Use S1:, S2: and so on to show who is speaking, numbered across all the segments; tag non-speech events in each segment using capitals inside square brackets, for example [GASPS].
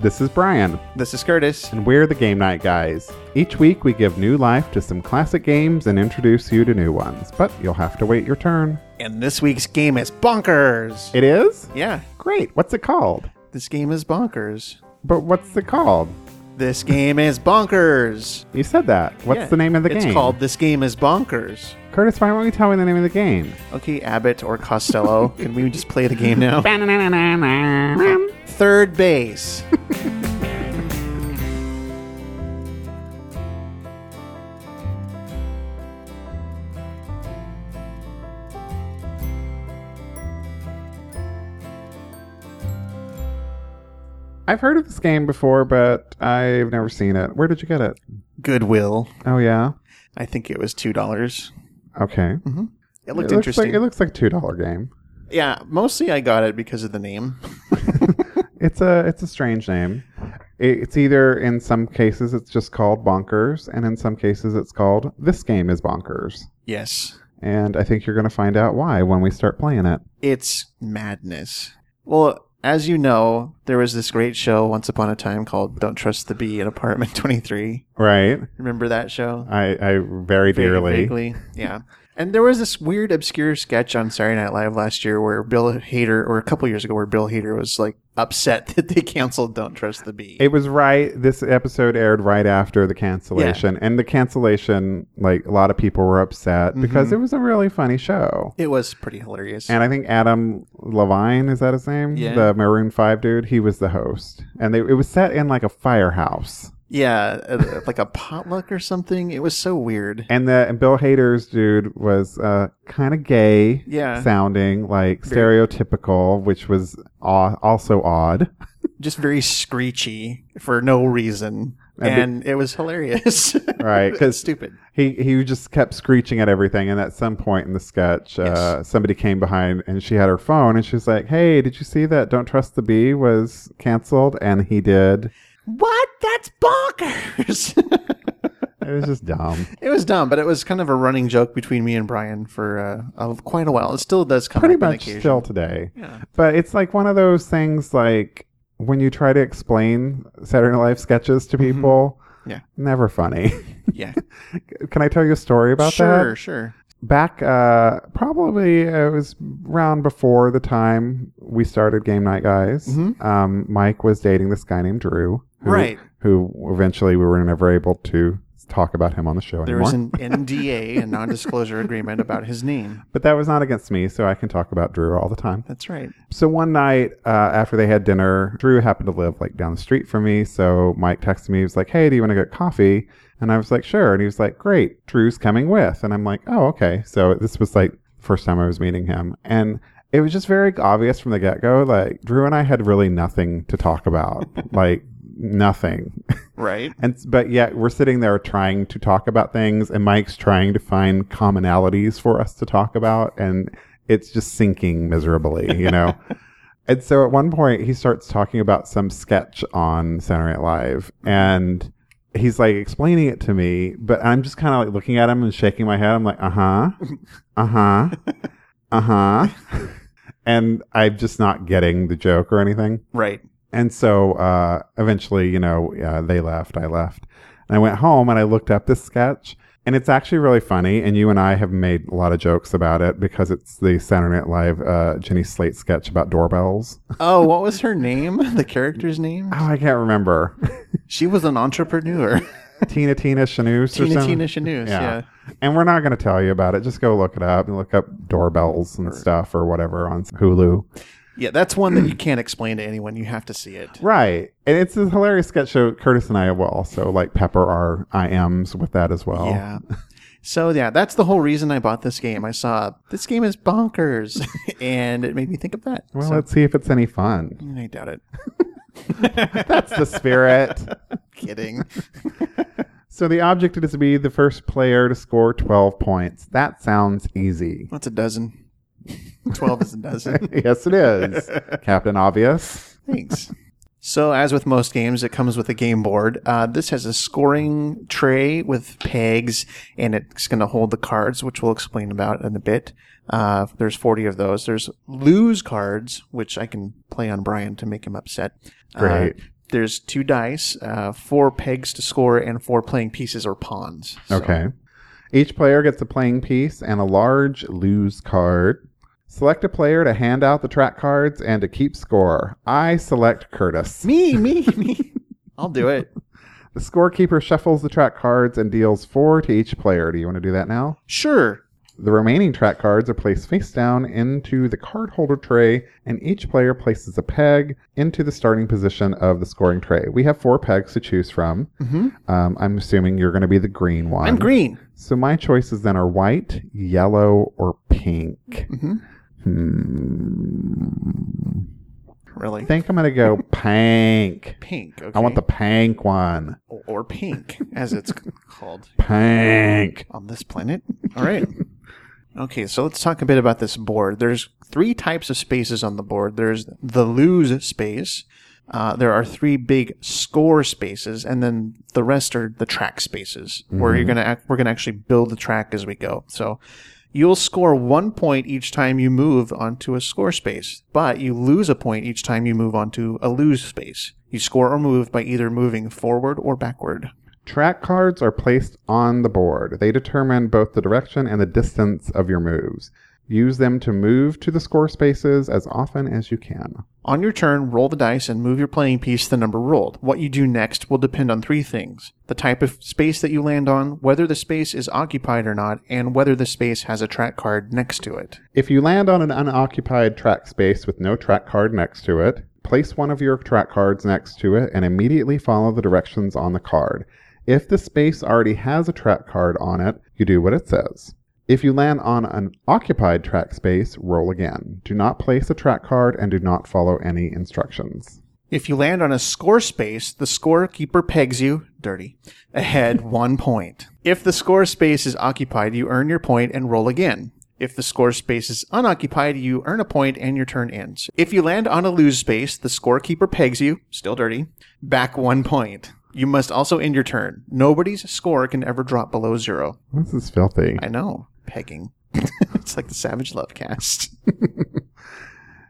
S1: This is Brian,
S2: This is Curtis.
S1: and we're the Game Night Guys. Each week, we give new life to some classic games and introduce you to new ones, but you'll have to wait your turn.
S2: And this week's game is Bonkers.
S1: It is?
S2: Yeah,
S1: Great. What's it called?
S2: this game is Bonkers.
S1: But what's it called?
S2: This game is Bonkers.
S1: You said that. [LAUGHS] What's
S2: Yeah,
S1: the name of the game?
S2: It's called This Game is Bonkers.
S1: Curtis, why won't you tell me the name of the game?
S2: Okay, Abbott or
S1: [LAUGHS]
S2: Costello, can we just play the game now? Third base.
S1: I've heard of this game before, but I've never seen it. Where did you get it?
S2: Goodwill.
S1: Oh, yeah?
S2: I think it was $2.
S1: Okay.
S2: It Mm-hmm. looked
S1: it looks
S2: interesting.
S1: Like, it looks like a $2 game.
S2: yeah, mostly I got it because of the name.
S1: It's a it's a strange name. It- It's either in some cases it's just called Bonkers, and in some cases it's called This Game is Bonkers.
S2: yes.
S1: And I think you're going to find out why when we start playing it.
S2: It's madness. Well, as you know, there was this great show once upon a time called Don't Trust the Bee in Apartment [LAUGHS] 23.
S1: Right?
S2: Remember that show?
S1: I, I very dearly.
S2: Vaguely. Yeah. And there was this weird, obscure sketch on Saturday Night Live last year where Bill Hader, or a couple years ago, where Bill Hader was like upset [LAUGHS] that they canceled Don't Trust the Bee.
S1: It was right. This episode aired right after the cancellation, and the cancellation, like a lot of people were upset
S2: Mm-hmm.
S1: because it was a really funny show.
S2: It was pretty hilarious.
S1: And I think Adam Levine is that his name?
S2: Yeah.
S1: The Maroon Five dude. He was the host, and they, it was set in like a firehouse.
S2: yeah, uh, like a potluck or something. It was so weird.
S1: And the and Bill Hader's dude was uh, kind of gay,
S2: Yeah.
S1: sounding like stereotypical, which was aw- also odd. [LAUGHS]
S2: Just very screechy for no reason. And it was hilarious. [LAUGHS]
S1: Right, 'cause-
S2: stupid.
S1: He he just kept screeching at everything, and at some point in the sketch, uh, somebody came behind and she had her phone, and she's like, "Hey, did you see that? Don't trust the bee was canceled?" And he did.
S2: What? That's bonkers. [LAUGHS]
S1: It was just dumb.
S2: it was dumb, but it was kind of a running joke between me and Brian for uh, a, quite a while. It still does come
S1: Pretty
S2: up on
S1: much
S2: occasion.
S1: still today.
S2: Yeah.
S1: But it's like one of those things like when you try to explain Saturday Night Live sketches to people,
S2: Mm-hmm. Yeah.
S1: never funny. [LAUGHS]
S2: Yeah.
S1: Can I tell you a story about that?
S2: sure, sure.
S1: back uh, probably uh, it was round before the time we started Game Night Guys. Um, Mike was dating this guy named Drew, who,
S2: Mm-hmm. Right.
S1: Who eventually we were never able to talk about him on the show anymore.
S2: There was an NDA, a non disclosure agreement about his name.
S1: but that was not against me, so I can talk about Drew all the time.
S2: That's right.
S1: So one night uh, after they had dinner, Drew happened to live like down the street from me. So Mike texted me. He was like, "Hey, do you want to get coffee?" And I was like, "Sure." And he was like, "Great, Drew's coming with." And I'm like, "Oh, okay." So this was like first time I was meeting him, and it was just very obvious from the get go. Like Drew and I had really nothing to talk about, [LAUGHS] like nothing.
S2: Right.
S1: And but yet we're sitting there trying to talk about things, and Mike's trying to find commonalities for us to talk about, and it's just sinking miserably, you know. and so at one point he starts talking about some sketch on Saturday Night Live, and he's like explaining it to me, but I'm just kind of like looking at him and shaking my head. I'm like, uh huh, uh huh, uh huh, and I'm just not getting the joke or anything.
S2: Right.
S1: And so uh, eventually, you know, uh, they left, I left. And I went home and I looked up this sketch. And it's actually really funny. And you and I have made a lot of jokes about it because it's the Saturday Night Live uh, Jenny Slate sketch about [LAUGHS] doorbells. oh,
S2: Oh, what was her name? [LAUGHS] The character's name?
S1: I can't remember.
S2: She was an entrepreneur.
S1: [LAUGHS] Tina Tina Chanus or
S2: [LAUGHS] Tina
S1: something.
S2: Tina Chanews. Yeah.
S1: And we're not going to tell you about it. Just go look it up and look up doorbells and stuff or whatever on Hulu.
S2: Yeah, that's one that you can't explain to anyone. You have to see it.
S1: Right. And it's a hilarious sketch show. Curtis and I will also like pepper our IMs with that as well.
S2: Yeah. So yeah, that's the whole reason I bought this game. I saw this game is bonkers, [LAUGHS] and it made me think of that.
S1: Well,
S2: So,
S1: let's see if it's any
S2: [LAUGHS]
S1: fun.
S2: I doubt it.
S1: That's the spirit.
S2: Kidding. [LAUGHS]
S1: so the object is to be the first player to score 12 points. That sounds
S2: [LAUGHS]
S1: easy.
S2: That's a dozen. Twelve is a dozen. [LAUGHS]
S1: yes, it is. Captain Obvious.
S2: Thanks. So as with most games, it comes with a game board. Uh, this has a scoring tray with pegs, and it's going to hold the cards, which we'll explain about in a bit. Uh, there's 40 of those. There's lose cards, which I can play on Brian to make him upset. Uh,
S1: Great.
S2: there's two dice, uh, four pegs to score, and four playing pieces or pawns. So-
S1: Okay. Each player gets a playing piece and a large lose card. Select a player to hand out the track cards and to keep score. I select Curtis.
S2: Me, me, me. I'll do it.
S1: The scorekeeper shuffles the track cards and deals four to each player. Do you want to do that now?
S2: Sure.
S1: The remaining track cards are placed face down into the card holder tray, and each player places a peg into the starting position of the scoring tray. We have four pegs to choose from. Um, I'm assuming you're going to be the green one.
S2: Mm-hmm. I'm green.
S1: So my choices then are white, yellow, or pink.
S2: [LAUGHS]
S1: Hmm.
S2: Really?
S1: I think I'm going to
S2: [LAUGHS]
S1: go pink.
S2: pink. Okay.
S1: I want the pink one.
S2: or pink, as it's [LAUGHS] called
S1: Pink.
S2: on this planet. [LAUGHS] All right. Okay, so let's talk a bit about this board. There's three types of spaces on the board. There's the lose space. Uh, there are three big score spaces, and then the rest are the track spaces, where you're gonna act, we're gonna actually build the track as we go. So you'll score one point each time you move onto a score space, but you lose a point each time you move onto a lose space. You score or move by either moving forward or backward.
S1: Track cards are placed on the board. They determine both the direction and the distance of your moves. Use them to move to the score spaces as often as you can.
S2: On your turn, roll the dice and move your playing piece to the number rolled. What you do next will depend on three things the type of space that you land on, whether the space is occupied or not, and whether the space has a track card next to it.
S1: If you land on an unoccupied track space with no track card next to it, place one of your track cards next to it and immediately follow the directions on the card. If the space already has a track card on it, you do what it says. If you land on an occupied track space, roll again. Do not place a track card and do not follow any instructions.
S2: If you land on a score space, the scorekeeper pegs you, dirty, ahead one point. If the score space is occupied, you earn your point and roll again. If the score space is unoccupied, you earn a point and your turn ends. If you land on a lose space, the scorekeeper pegs you, still dirty, back one point. You must also end your turn. Nobody's score can ever drop below zero.
S1: This is filthy.
S2: I know. Pegging. [LAUGHS] it's like the Savage Love cast.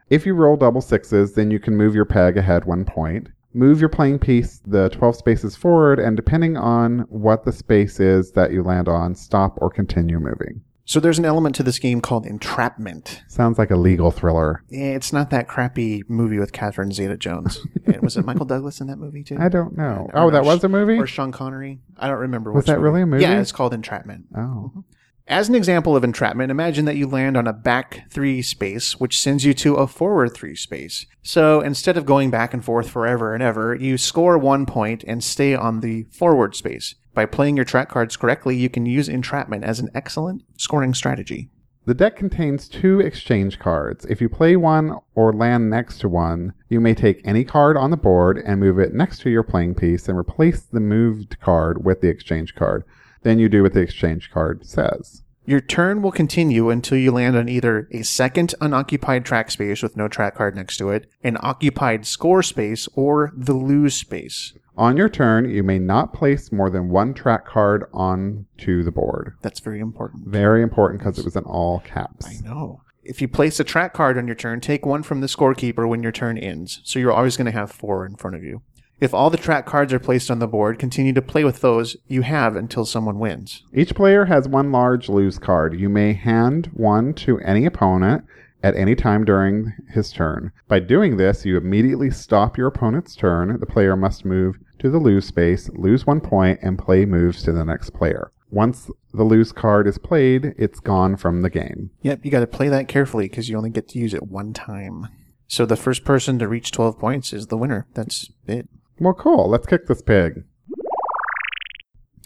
S1: If you roll double sixes, then you can move your peg ahead one point. Move your playing piece the 12 spaces forward, and depending on what the space is that you land on, stop or continue moving.
S2: So there's an element to this game called entrapment.
S1: Sounds like a legal thriller.
S2: Yeah, Eh, it's not that crappy movie with Catherine
S1: [LAUGHS]
S2: Zeta Jones. was it Michael Douglas in that movie too?
S1: I don't know.
S2: Or
S1: Oh,
S2: no,
S1: that was a movie?
S2: Or Sean Connery? I don't remember.
S1: Was
S2: which
S1: that really a movie?
S2: Yeah, it's called Entrapment.
S1: Oh.
S2: As an example of entrapment, imagine that you land on a back three space, which sends you to a forward three space. So instead of going back and forth forever and ever, you score one point and stay on the forward space. By playing your track cards correctly, you can use entrapment as an excellent scoring strategy.
S1: The deck contains two exchange cards. If you play one or land next to one, you may take any card on the board and move it next to your playing piece and replace the moved card with the exchange card. Then you do what the exchange card says.
S2: Your turn will continue until you land on either a second unoccupied track space with no track card next to it, an occupied score space, or the lose space.
S1: On your turn, you may not place more than one track card onto the board.
S2: That's very important.
S1: Very important because it was in all
S2: I
S1: caps.
S2: know. If you place a track card on your turn, take one from the scorekeeper when your turn ends, so you're always going to have four in front of you. If all the track cards are placed on the board, continue to play with those you have until someone wins.
S1: Each player has one large lose card. You may hand one to any opponent at any time during his turn. By doing this, you immediately stop your opponent's turn. The player must move to the lose space, lose one point, and play moves to the next player. Once the lose card is played, it's gone from the game.
S2: Yep, you got to play that carefully because you only get to use it one time. So the first person to reach 12 points is the winner. That's it.
S1: Well, cool. Let's kick this pig.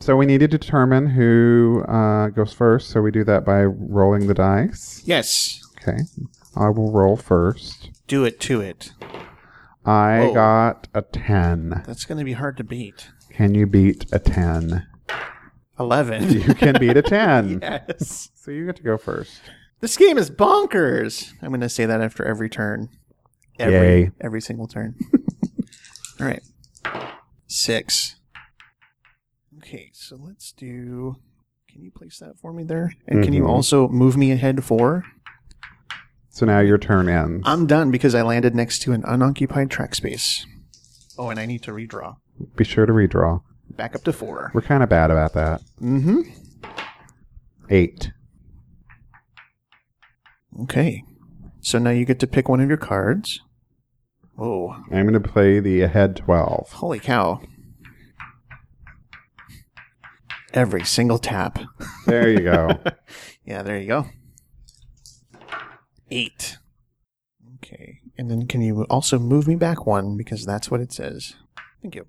S1: So we need to determine who uh, goes first. So we do that by rolling the dice.
S2: Yes.
S1: Okay. I will roll first.
S2: do it to it.
S1: I
S2: Whoa.
S1: got a 10.
S2: That's going to be hard to beat.
S1: Can you beat a 10?
S2: 11.
S1: You can beat a
S2: [LAUGHS]
S1: 10.
S2: yes.
S1: So you get to go first.
S2: This game is bonkers. I'm going to say that after every turn. Every,
S1: Yay.
S2: every single turn. All right. Six. Okay, so let's do. Can you place that for me there? And can you
S1: Mhm.
S2: also move me ahead four?
S1: So now your turn ends.
S2: I'm done because I landed next to an unoccupied track space. Oh, and I need to redraw.
S1: Be sure to redraw.
S2: Back up to four.
S1: We're kind of bad about that.
S2: Mm-hmm.
S1: Eight.
S2: Okay. So now you get to pick one of your cards. Oh,
S1: I'm going to play the ahead 12.
S2: holy cow. Every single tap.
S1: There you
S2: [LAUGHS]
S1: go.
S2: Yeah, there you go. Eight. Okay. And then can you also move me back one because that's what it says? Thank you.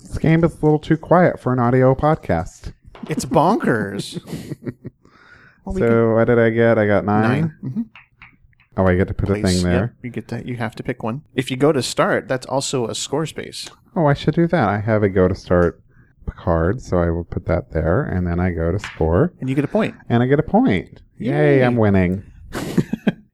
S1: this game is a little too quiet for an audio podcast.
S2: It's bonkers.
S1: [LAUGHS]
S2: Well, we
S1: so,
S2: can-
S1: what did I get? I got 9
S2: nine. Mhm.
S1: Oh, I get to put a
S2: place.
S1: thing there.
S2: Yep, you get that. You have to pick one. If you go to start, that's also a score space.
S1: Oh, I should do that. I have a go to start card, so I will put that there, and then I go to score,
S2: And you get a point
S1: and I get a point. Yay,
S2: Yay.
S1: I'm winning.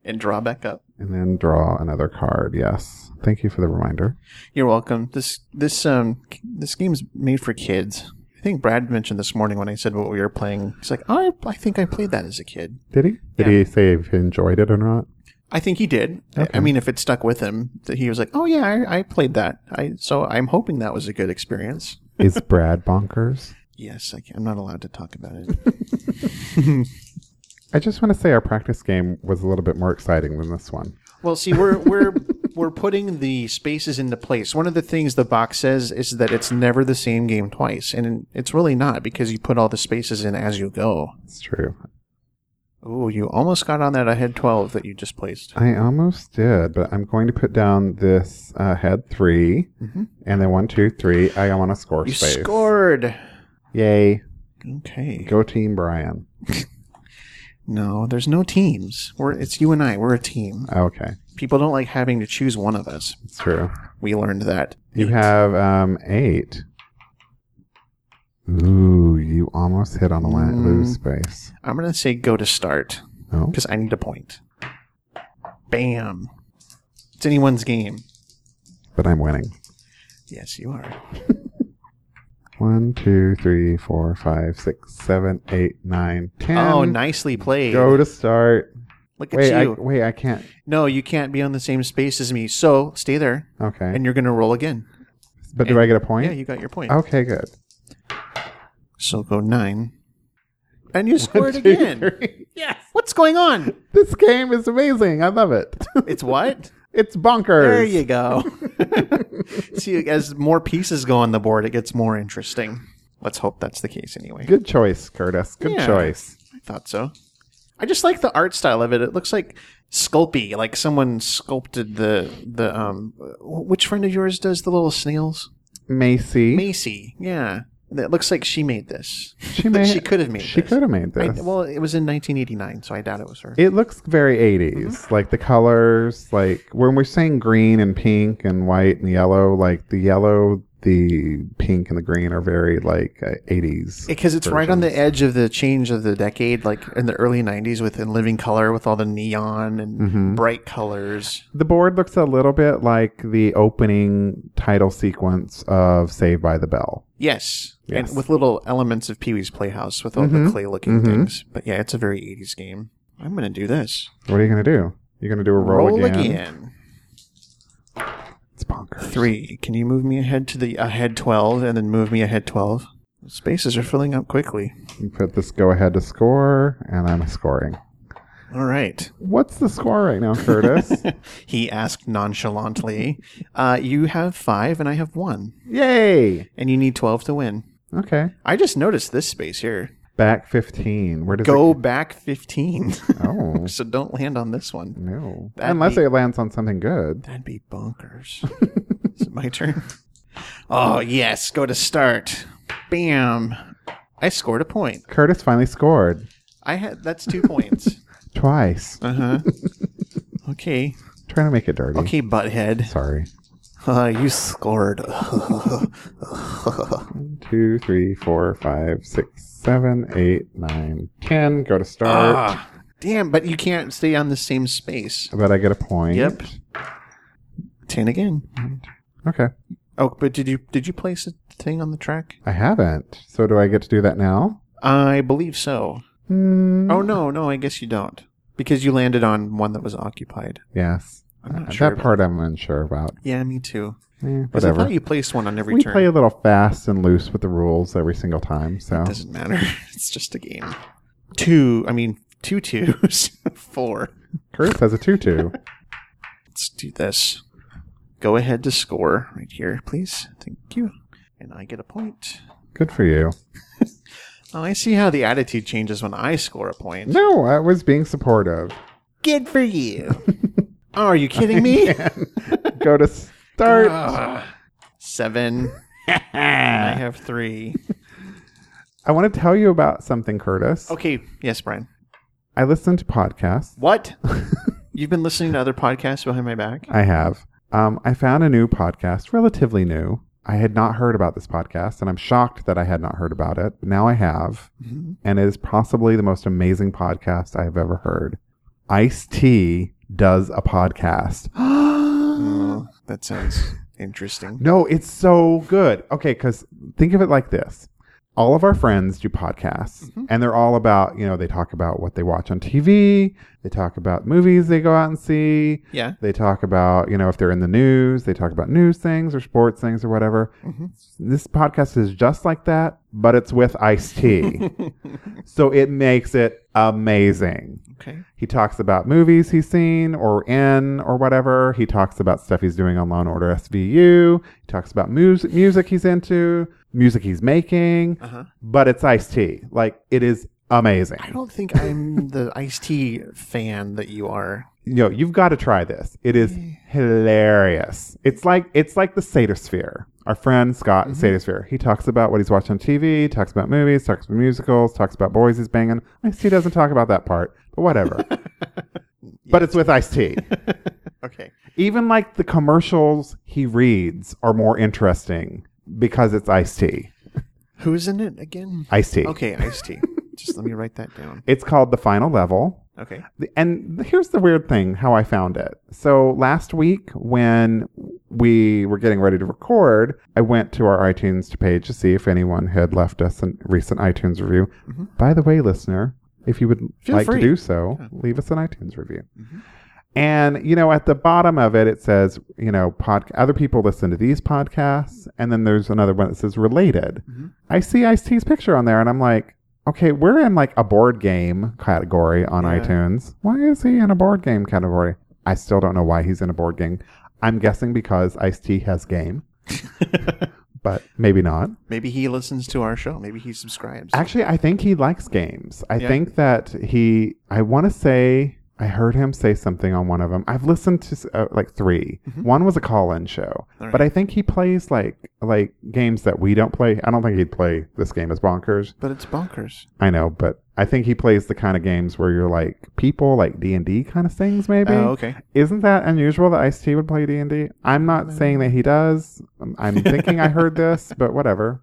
S2: and draw back up.
S1: And then draw another card. Yes. Thank you for the reminder.
S2: You're welcome. This this um this game's made for kids. I think Brad mentioned this morning when I said what we were playing. He's like, "Oh, I I think I played that as a kid.
S1: Did he? Did
S2: Yeah.
S1: he say if he enjoyed it or not?
S2: I think he did. I- I mean, if it stuck with him, that he was like, oh yeah, I, I played that. I so I'm hoping that was a good experience.
S1: Is
S2: [LAUGHS]
S1: Brad bonkers?
S2: Yes, I can, I'm not allowed to talk about it.
S1: I just want to say our practice game was a little bit more exciting than this one.
S2: [LAUGHS] Well, see, we're we're we're putting the spaces into place. One of the things the box says is that it's never the same game twice, and it's really not because you put all the spaces in as you go.
S1: It's true.
S2: Ooh, you almost got on that ahead twelve that you just placed.
S1: I almost did, but I'm going to put down this uh, head 3 and then one, two, three. I want to score
S2: Mm-hmm. You
S1: space.
S2: scored.
S1: Yay!
S2: Okay.
S1: Go team, Brian.
S2: No, there's no teams. We're it's you and I. We're a team.
S1: Okay,
S2: People don't like having to choose one of us.
S1: it's true.
S2: We learned that.
S1: You have um, eight. Ooh, you almost hit on the line.
S2: Mm.
S1: Lose space.
S2: I'm gonna say go to start
S1: Oh,
S2: because I need a point. Bam. It's anyone's game.
S1: but I'm winning.
S2: Yes, you are.
S1: One, two, three, four, five, six, seven, eight, nine, ten.
S2: Oh, nicely played.
S1: Go to start.
S2: Look at
S1: Wait, I,
S2: you.
S1: wait, I can't.
S2: No, you can't be on the same space as me. So stay there,
S1: Okay,
S2: and you're going to roll again.
S1: but do I get a point?
S2: Yeah, you got your point.
S1: Okay, good.
S2: So go nine. And
S1: [LAUGHS]
S2: you scored
S1: Two,
S2: again.
S1: three.
S2: What's going on?
S1: This game is amazing. I love it. [LAUGHS]
S2: It's what?
S1: it's bonkers.
S2: [LAUGHS] there you go. [LAUGHS] See, as more pieces go on the board, it gets more interesting. Let's hope that's the case anyway.
S1: Good choice, Curtis. Good
S2: Yeah.
S1: choice.
S2: I thought so. I just like the art style of it. It looks like Sculpey, like someone sculpted the the um. Which friend of yours does the little snails?
S1: Macy.
S2: Macy, yeah. It looks like she made this.
S1: She
S2: But
S1: made-
S2: she could have made
S1: She
S2: this.
S1: could have made
S2: I,
S1: this.
S2: well, it was in 1989, so I doubt it was her.
S1: it looks very 80s.
S2: Mm-hmm.
S1: Like the colors, like when we're saying green and pink and white and yellow, like the yellow, the pink, and the green are very like uh, 80s.
S2: Because it's right on the edge of the change of the decade, like in the early 90s with In Living Color, with all the neon and
S1: Mm-hmm.
S2: bright colors.
S1: the board looks a little bit like the opening title sequence of Saved by the Bell.
S2: Yes.
S1: Yes. Mm-hmm.
S2: And with little elements of Pee Wee's Playhouse with all the clay looking things. But yeah, it's a very 80s game. I'm going to do this.
S1: What are you going to do? You're going to do a roll,
S2: again.
S1: It's bonkers.
S2: Three. Can you move me ahead to the ahead 12 and then move me ahead 12? Spaces are filling up quickly.
S1: You put this go ahead to score, and I'm scoring.
S2: All right.
S1: What's the score right now,
S2: [LAUGHS]
S1: Curtis?
S2: he asked nonchalantly. Uh, you have five and I have one,
S1: Yay!
S2: and you need 12 to win.
S1: Okay.
S2: I just noticed this space here.
S1: Back 15. Where does
S2: Go
S1: It...
S2: back 15.
S1: Oh,
S2: [LAUGHS] so don't land on this one. [LAUGHS]
S1: no.
S2: That'd
S1: Unless
S2: be-
S1: it lands on something good.
S2: That'd be bonkers. Is it my turn? [LAUGHS] Oh, yes. Go to start. Bam. I scored a point.
S1: Curtis finally scored
S2: I had that's two points.
S1: twice.
S2: Uh huh. [LAUGHS] Okay.
S1: Trying to make it dirty.
S2: Okay, butthead.
S1: Sorry.
S2: Uh, you scored. [LAUGHS]
S1: One, two, three, four, five, six, seven, eight, nine, ten. Go to start.
S2: Ah, damn, but you can't stay on the same space.
S1: But I get a point.
S2: Yep. Ten again.
S1: Okay.
S2: Oh, but did you did you place a thing on the track?
S1: I haven't. So do I get to do that now?
S2: I believe so.
S1: Hmm.
S2: Oh no, no, I guess you don't because you landed on one that was occupied.
S1: Yes.
S2: I'm
S1: Uh,
S2: not sure.
S1: that
S2: about-
S1: part I'm unsure about.
S2: Yeah, me too.
S1: Eh,
S2: Because I
S1: whatever.
S2: thought you placed one on every
S1: We
S2: turn.
S1: play a little fast and loose with the rules every single time. So
S2: Doesn't matter. [LAUGHS] It's just a game. Two. I mean, two twos. [LAUGHS] Four.
S1: Curse has a
S2: [LAUGHS]
S1: two-two.
S2: Let's do this. Go ahead to score right here, please. Thank you. And I get a point.
S1: Good for you.
S2: Oh, I see how the attitude changes when I score a point.
S1: No, I was being supportive.
S2: Good for you. [LAUGHS] Are you
S1: [LAUGHS]
S2: kidding me?
S1: Go to start.
S2: Ah, seven. I
S1: [LAUGHS]
S2: have three.
S1: I want to tell you about something, Curtis.
S2: Okay. Yes, Brian.
S1: I listen to podcasts.
S2: What? [LAUGHS] You've been listening to other podcasts behind my back?
S1: I have. Um, I found a new podcast, relatively new. I had not heard about this podcast, and I'm shocked that I had not heard about it. But now I have,
S2: Mm-hmm.
S1: and it is possibly the most amazing podcast I have ever heard. Ice T does a podcast.
S2: [GASPS]
S1: [GASPS]
S2: Oh, that sounds interesting.
S1: No, it's so good. Okay, because think of it like this. All of our friends do podcasts, and they're all about, you know, they talk about what they watch on TV, they talk about movies they go out and see,
S2: Yeah.
S1: they talk about, you know, if they're in the news, they talk about news things or sports things or whatever. This podcast is just like that, but it's with Ice T. so it makes it amazing.
S2: Okay.
S1: He talks about movies he's seen or in or whatever. He talks about stuff he's doing on Law and Order SVU. He talks about mus- music he's into, music he's making.
S2: Uh-huh.
S1: But it's iced tea. Like it is amazing.
S2: I don't think I'm the iced tea fan that you are.
S1: You know, you've got to try this. It is hilarious. It's like it's like the Satosphere. Our friend Scott
S2: Mm-hmm.
S1: in Satosphere. He talks about what he's watching on TV, talks about movies, talks about musicals, talks about boys he's banging. Ice T doesn't talk about that part, but
S2: [LAUGHS]
S1: whatever. But it's with Ice T.
S2: Okay.
S1: Even like the commercials he reads are more interesting because it's iced tea.
S2: Who's in it again?
S1: Iced tea.
S2: Okay, iced tea. Just let me write that down.
S1: It's called The Final Level.
S2: Okay.
S1: The- And here's the weird thing how I found it. So last week, when we were getting ready to record, I went to our iTunes page to see if anyone had left us a recent iTunes review. By the way, listener, if you would
S2: Mm-hmm. Feel
S1: like
S2: free. Mm-hmm.
S1: to do so, leave us an iTunes review. And you know, at the bottom of it, it says, you know, pod- other people listen to these podcasts, and then there's another one that says related. I see Ice T's picture on there, and I'm like, okay, we're in like a board game category on
S2: Yeah.
S1: iTunes. Why is he in a board game category? I still don't know why he's in a board game. I'm guessing because Ice T has
S2: [LAUGHS]
S1: game, but maybe not.
S2: Maybe he listens to our show. Maybe he subscribes.
S1: Actually, I think he likes games. I
S2: Yeah.
S1: think that he, I want to say, I heard him say something on one of them. I've listened to uh, like 3 One was a call-in show,
S2: Mm-hmm. All
S1: but I think he plays like like games that we don't play. I don't think he'd play this game as bonkers.
S2: But it's bonkers.
S1: I know, but I think he plays the kind of games where you're like people, like D and D kind of things. Maybe
S2: Oh, okay.
S1: isn't that unusual that Ice T would play D and D? I'm not saying that he does. I'm-
S2: [LAUGHS]
S1: I'm thinking I heard this, but whatever.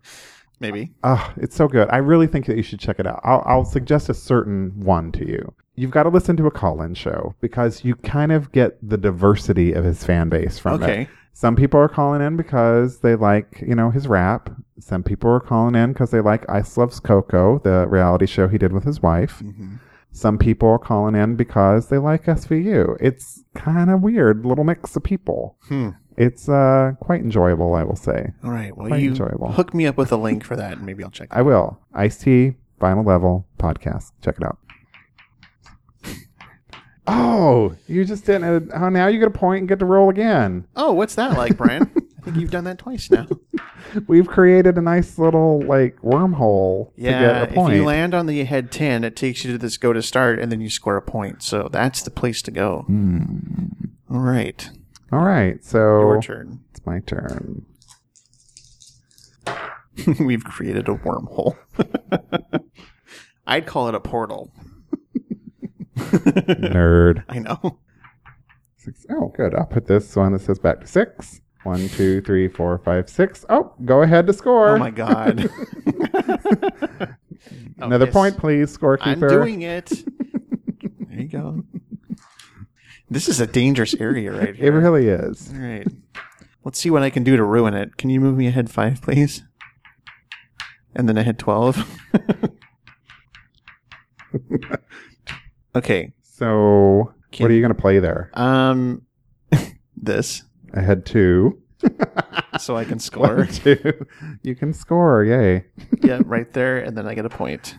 S2: Maybe.
S1: Ah, it's so good. I really think that you should check it out. I'll, I'll suggest a certain one to you. You've got to listen to a call-in show because you kind of get the diversity of his fan base from it.
S2: Okay.
S1: Some people are calling in because they like, you know, his rap. Some people are calling in because they like Ice Loves Coco, the reality show he did with his wife.
S2: Mm-hmm.
S1: Some people are calling in because they like SVU. It's kind of weird, little mix of people.
S2: Hmm.
S1: It's uh, quite enjoyable, I will say.
S2: All right. Well,
S1: Quite
S2: you
S1: enjoyable.
S2: hook me up with a link for that, and maybe I'll check.
S1: I will. Ice T, Final Level podcast. Check it out. [LAUGHS] Oh, you just didn't. Oh, now you get a point and get to roll again.
S2: Oh, what's that like, Brian? [LAUGHS] I think you've done that twice now.
S1: We've created a nice little like wormhole to
S2: [LAUGHS] Yeah,
S1: get a
S2: if
S1: point.
S2: you land on the head 10, it takes you to this go to start, and then you score a point. So that's the place to go. All right.
S1: All right, Hmm. so
S2: Your turn.
S1: it's my turn.
S2: [LAUGHS] We've created a wormhole. [LAUGHS] I'd call it a portal. [LAUGHS]
S1: Nerd.
S2: I know.
S1: Six. Oh, good. I'll put this one that says back to six. One, two, three, four, five, six. Oh, go ahead to score.
S2: Oh
S1: [LAUGHS]
S2: my god. Oh,
S1: Another
S2: yes.
S1: point, please, scorekeeper.
S2: I'm
S1: [LAUGHS]
S2: doing it. There you go. This is a dangerous area right
S1: it
S2: here.
S1: really is.
S2: All right. Let's see what I can do to ruin it. Can you move me ahead 5, please? And then ahead [LAUGHS] 12. okay.
S1: So,
S2: Can-
S1: what are you going to play there?
S2: Um [LAUGHS] this
S1: I had two.
S2: so
S1: [LAUGHS]
S2: I can score.
S1: two. You can score. Yay.
S2: yeah, right there, and then I get a point.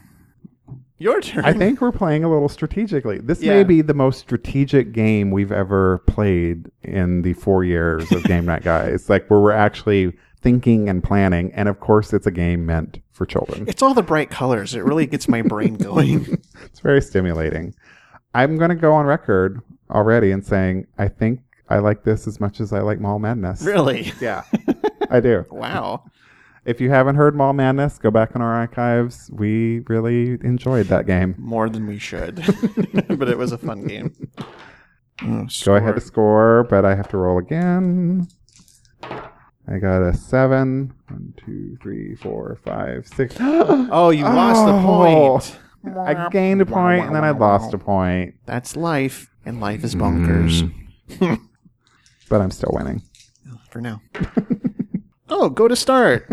S2: Your turn. [LAUGHS]
S1: I think we're playing a little strategically. This
S2: Yeah.
S1: may be the most strategic game we've ever played in the four years of Game Night Guys, like where we're actually thinking and planning. And of course, it's a game meant for
S2: [LAUGHS]
S1: children.
S2: it's all the bright colors. It really gets my [LAUGHS] brain going.
S1: It's very stimulating. I'm going to go on record already and saying, I think I like this as much as I like Mall Madness.
S2: really? [LAUGHS]
S1: Yeah, I do.
S2: Wow.
S1: If you haven't heard Mall Madness, go back in our archives. We really enjoyed that game.
S2: More than we [LAUGHS] should. but it was a fun game. Oh,
S1: Go
S2: score.
S1: ahead to score, but I have to roll again. I got a seven. One, two, three, four, five, six.
S2: Oh, you lost the point.
S1: I gained a point and then I lost a point,
S2: That's life, and life is bonkers.
S1: Mm. but I'm still winning.
S2: For now. [LAUGHS] oh, go
S1: [LAUGHS]
S2: to start.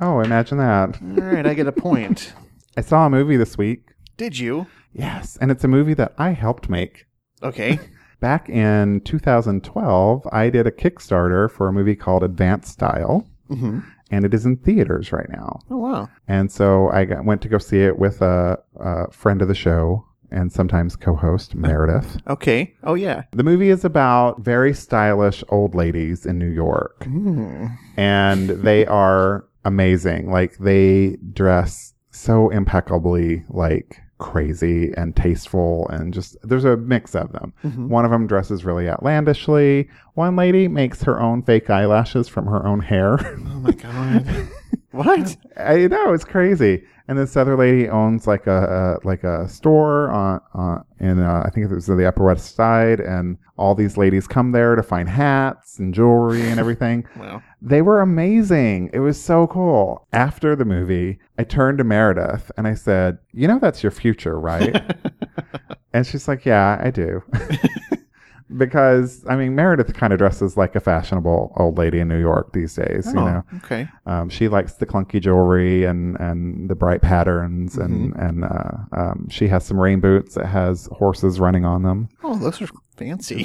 S1: Oh, imagine that.
S2: All right, I get a point.
S1: I saw a movie this week.
S2: Did you?
S1: Yes, and it's a movie that I helped make.
S2: Okay.
S1: Back in 2012, I did a Kickstarter for a movie called Advanced Style,
S2: Mhm.
S1: and it is in theaters right now.
S2: Oh, wow.
S1: And so I got, went to go see it with a, a friend of the show and sometimes co host, Meredith.
S2: Okay. Oh, yeah.
S1: The movie is about very stylish old ladies in New York, and they are amazing. Like, they dress so impeccably, like crazy and tasteful, and just there's a mix of them. One of them dresses really outlandishly, one lady makes her own fake eyelashes from her own hair. [LAUGHS]
S2: Oh, my God. [LAUGHS] what?
S1: I know it's crazy. And this other lady owns like a, a like a store on uh, in uh, I think it was the Upper West Side, and all these ladies come there to find hats and jewelry and everything.
S2: Wow.
S1: They were amazing. It was so cool. After the movie, I turned to Meredith and I said, "You know that's your future, right?" and she's like, "Yeah, I do." [LAUGHS] because I mean, Meredith kind of dresses like a fashionable old lady in New York these days, you know.
S2: Oh, okay.
S1: Um, she likes the clunky jewelry and, and the bright patterns, and and uh, um, she has some rain boots that has horses running on them.
S2: Oh, those are fancy.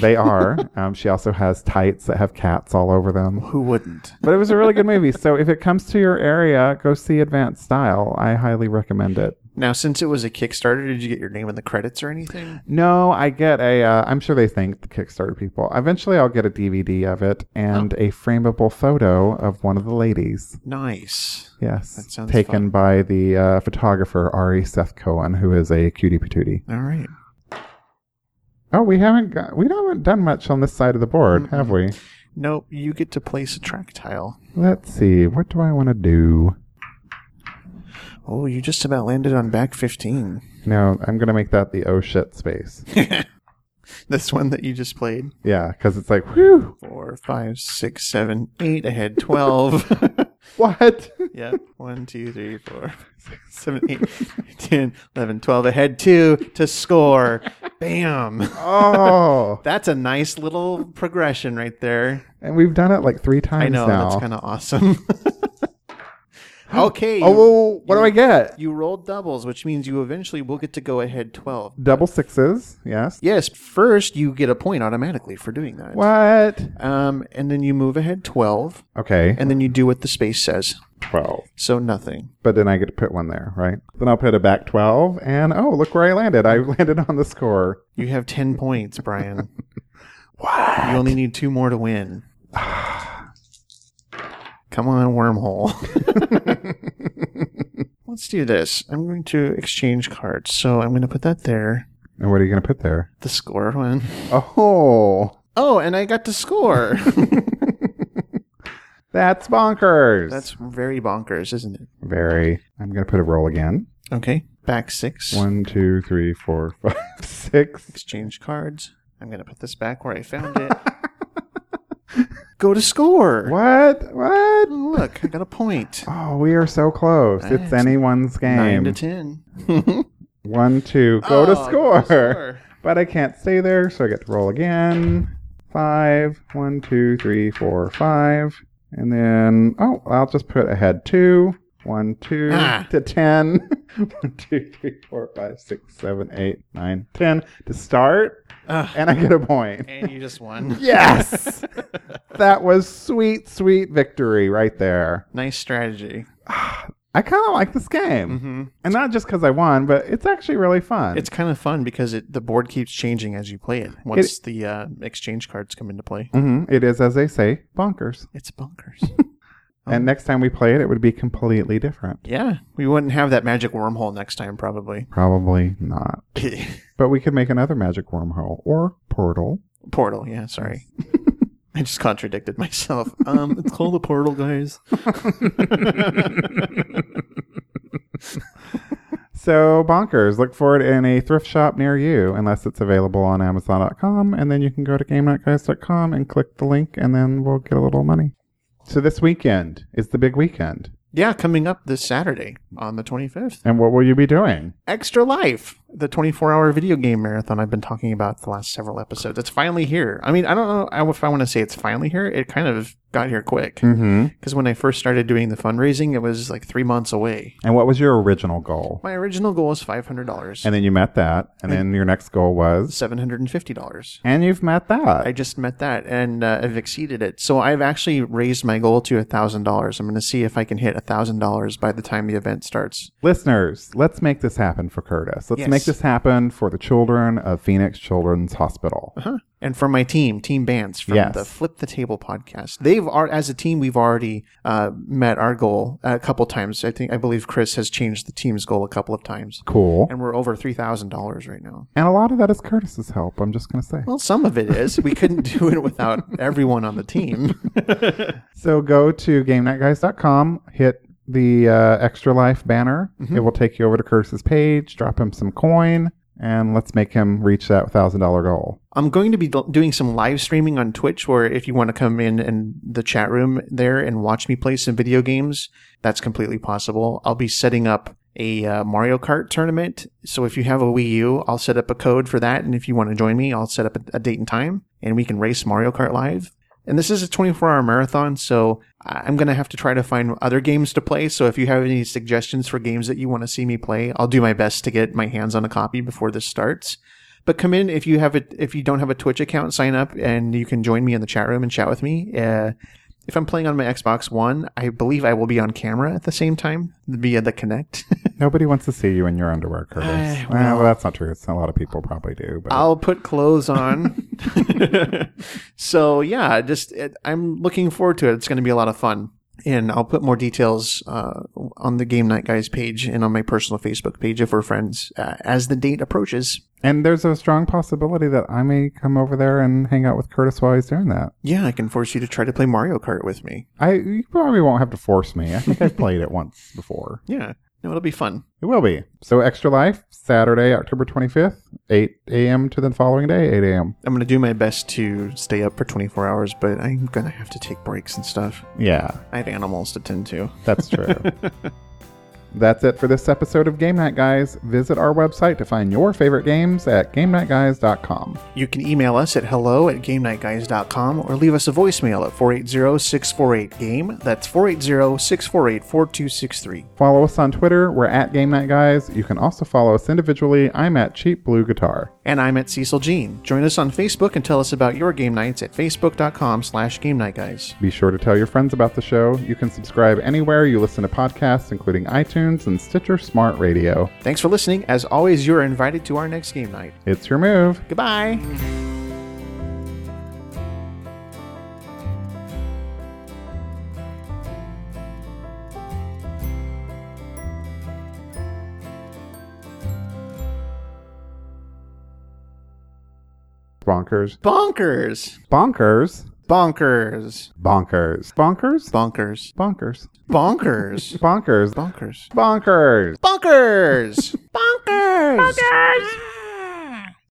S1: [LAUGHS] They are. um, she also has tights that have cats all over them.
S2: Who wouldn't?
S1: But it was a really good movie. So if it comes to your area, go see Advanced Style. I highly recommend it.
S2: Now, since it was a Kickstarter, did you get your name in the credits or anything?
S1: No, I get a. Uh, I'm sure they thank the Kickstarter people. Eventually, I'll get a DVD of it and a frameable photo of one of the ladies.
S2: Nice.
S1: Yes.
S2: That sounds
S1: taken
S2: fun.
S1: by the uh, photographer Ari Seth Cohen, who is a cutie patootie.
S2: All right.
S1: Oh, we haven't got, we haven't done much on this side of the board,
S2: Mm-hmm.
S1: have we?
S2: Nope, you get to place a track tile.
S1: Let's see. What do I want to do?
S2: Oh, you just about landed on back 15.
S1: No, I'm gonna make that the oh shit
S2: [LAUGHS]
S1: space.
S2: This one that you just played.
S1: yeah, because it's like, whew,
S2: Four, five, six, seven, eight. I had [LAUGHS] 12.
S1: what? [LAUGHS]
S2: yeah. One, two, three, four, five, six, seven, eight, [LAUGHS] 10, 11, 12. I had two to score. Bam.
S1: oh,
S2: That's a nice little progression right there.
S1: and we've done it like three times
S2: I know.
S1: now.
S2: That's kind of awesome. [LAUGHS] okay.
S1: oh,
S2: you-
S1: well, what do I get?
S2: You rolled doubles, which means you eventually will get to go ahead 12.
S1: Double sixes. Yes.
S2: Yes, first you get a point automatically for doing that.
S1: What?
S2: Um, and then you move ahead 12,
S1: Okay.
S2: and then you do what the space says.
S1: Twelve.
S2: So nothing.
S1: But then I get to put one there, right? Then I'll put a back twelve, and oh, look where I landed. I [LAUGHS] landed on the score.
S2: You have 10
S1: [LAUGHS]
S2: points, Brian. You only need two more to
S1: [SIGHS]
S2: win. Come
S1: [LAUGHS]
S2: on, wormhole. Let's do this. I'm going to exchange cards. So I'm going to put that there,
S1: And what are you going to put there?
S2: the score one.
S1: Oh,
S2: Oh, and I got to score.
S1: that's bonkers.
S2: That's very bonkers, isn't it?
S1: very. I'm going to put a roll again.
S2: Okay. Back six.
S1: One, two, three, four, [LAUGHS] five, six.
S2: Exchange cards. I'm going to put this back where I found it. [LAUGHS] Go to score.
S1: What? What?
S2: Look, I got a point.
S1: Oh, we are so close. It's
S2: Nice.
S1: anyone's
S2: Nine to
S1: game.
S2: ten.
S1: One, two, go
S2: Oh,
S1: to score.
S2: score.
S1: But I can't stay there, so I get to roll again. Five, one, two, three, four, five. And then, oh, I'll just put ahead two. One, two
S2: Ah.
S1: to [LAUGHS] ten. One, two, three, four, five, six, seven, eight, nine, ten to start. and I get a point.
S2: and you
S1: [LAUGHS]
S2: just won. [LAUGHS]
S1: Yes. that was sweet, sweet victory right there.
S2: Nice strategy.
S1: I kind of like this game. And not just because I won, but it's actually really fun.
S2: Mm-hmm. It's kind of fun because it, the board keeps changing as you play it. Once the uh, exchange cards come into play,
S1: Mhm. It is, as they say, bonkers.
S2: it's bonkers.
S1: And next time we play it, it would be completely different.
S2: yeah, we wouldn't have that magic wormhole next time, probably. [LAUGHS]
S1: Probably not. But we could make another magic wormhole or portal.
S2: portal. Yeah, sorry. [LAUGHS] I just contradicted myself. Um, it's called a portal, guys.
S1: So, bonkers. Look for it in a thrift shop near you, unless it's available on Amazon.com. And then you can go to GameNightGuys.com and click the link, and then we'll get a little money. So, this weekend is the big weekend.
S2: Yeah, coming up this Saturday on the 25th.
S1: And what will you be doing?
S2: Extra Life, the 24 hour video game marathon I've been talking about the last several episodes. It's finally here. I mean, I don't know if I want to say it's finally here. It kind of got here quick. Because
S1: Mm-hmm.
S2: when I first started doing the fundraising, it was like three months away.
S1: And what was your original goal?
S2: My original goal was $500,
S1: And then you met that. And then your next goal was,
S2: $750.
S1: and you've met that.
S2: I just met that and uh, I've exceeded it. So I've actually raised my goal to $1,000. I'm going to see if I can hit $1,000 by the time the event starts.
S1: Listeners, let's make this happen for Curtis. Let's
S2: Yes.
S1: make this happen for the children of Phoenix Children's Hospital.
S2: Huh. And from my team, Team Bands, from
S1: Yes.
S2: the Flip the Table podcast, they've are as a team we've already uh, met our goal a couple times. I think I believe Chris has changed the team's goal a couple of times,
S1: Cool.
S2: and we're over three thousand dollars right now.
S1: And a lot of that is Curtis's help, I'm just going to say.
S2: Well, some of it is we couldn't [LAUGHS] do it without everyone on the team.
S1: So go to GameNightGuys.com, hit the uh, Extra Life banner.
S2: Mm-hmm.
S1: It will take you over to Curtis's page, drop him some coin, and let's make him reach that $1,000 goal.
S2: I'm going to be do- doing some live streaming on Twitch, where if you want to come in and the chat room there and watch me play some video games, that's completely possible. I'll be setting up a uh, Mario Kart tournament. So if you have a Wii U, I'll set up a code for that. And if you want to join me, I'll set up a, a date and time and we can race Mario Kart live. And this is a 24 hour marathon, so I- I'm going to have to try to find other games to play. So if you have any suggestions for games that you want to see me play, I'll do my best to get my hands on a copy before this starts. But come in if you have a if you don't have a Twitch account, sign up and you can join me in the chat room and chat with me. Uh, if I'm playing on my Xbox One, I believe I will be on camera at the same time via the Connect.
S1: Nobody wants to see you in your underwear, Curtis.
S2: [SIGHS]
S1: Eh, well, that's not true. It's a lot of people probably do. But
S2: [LAUGHS] I'll put clothes on. [LAUGHS] so yeah, just it, I'm looking forward to it. It's going to be a lot of fun, and I'll put more details uh, on the Game Night Guys page and on my personal Facebook page if we're friends uh, as the date approaches.
S1: and there's a strong possibility that I may come over there and hang out with Curtis while he's doing that.
S2: Yeah, I can force you to try to play Mario Kart with me.
S1: I you probably won't have to force me. I think I played it once before.
S2: Yeah, no, it'll be fun.
S1: It will be. So Extra Life, Saturday, October 25th, 8 a.m. to the following day, 8 a.m.
S2: I'm going to do my best to stay up for 24 hours, but I'm going to have to take breaks and stuff.
S1: Yeah,
S2: I have animals to tend to.
S1: that's true. That's it for this episode of Game Night Guys. Visit our website to find your favorite games at GameNightGuys.com.
S2: You can email us at hello at GameNightGuys.com or leave us a voicemail at 480-648-GAME. That's 480-648-4263.
S1: Follow us on Twitter. We're at Game Night Guys. You can also follow us individually. I'm at Cheap Blue Guitar.
S2: And I'm at Cecil Jean. Join us on Facebook and tell us about your game nights at facebook.com slash GameNightGuys.
S1: Be sure to tell your friends about the show. You can subscribe anywhere you listen to podcasts, including iTunes and Stitcher Smart Radio.
S2: Thanks for listening. As always, you're invited to our next game night.
S1: It's your move.
S2: Goodbye.
S1: Bonkers.
S2: Bonkers.
S1: Bonkers.
S2: Bonkers.
S1: Bonkers. Bonkers.
S2: Bonkers.
S1: Bonkers.
S2: Bonkers.
S1: Bonkers.
S2: Bonkers.
S1: Bonkers.
S2: Bonkers. Bonkers. Bonkers.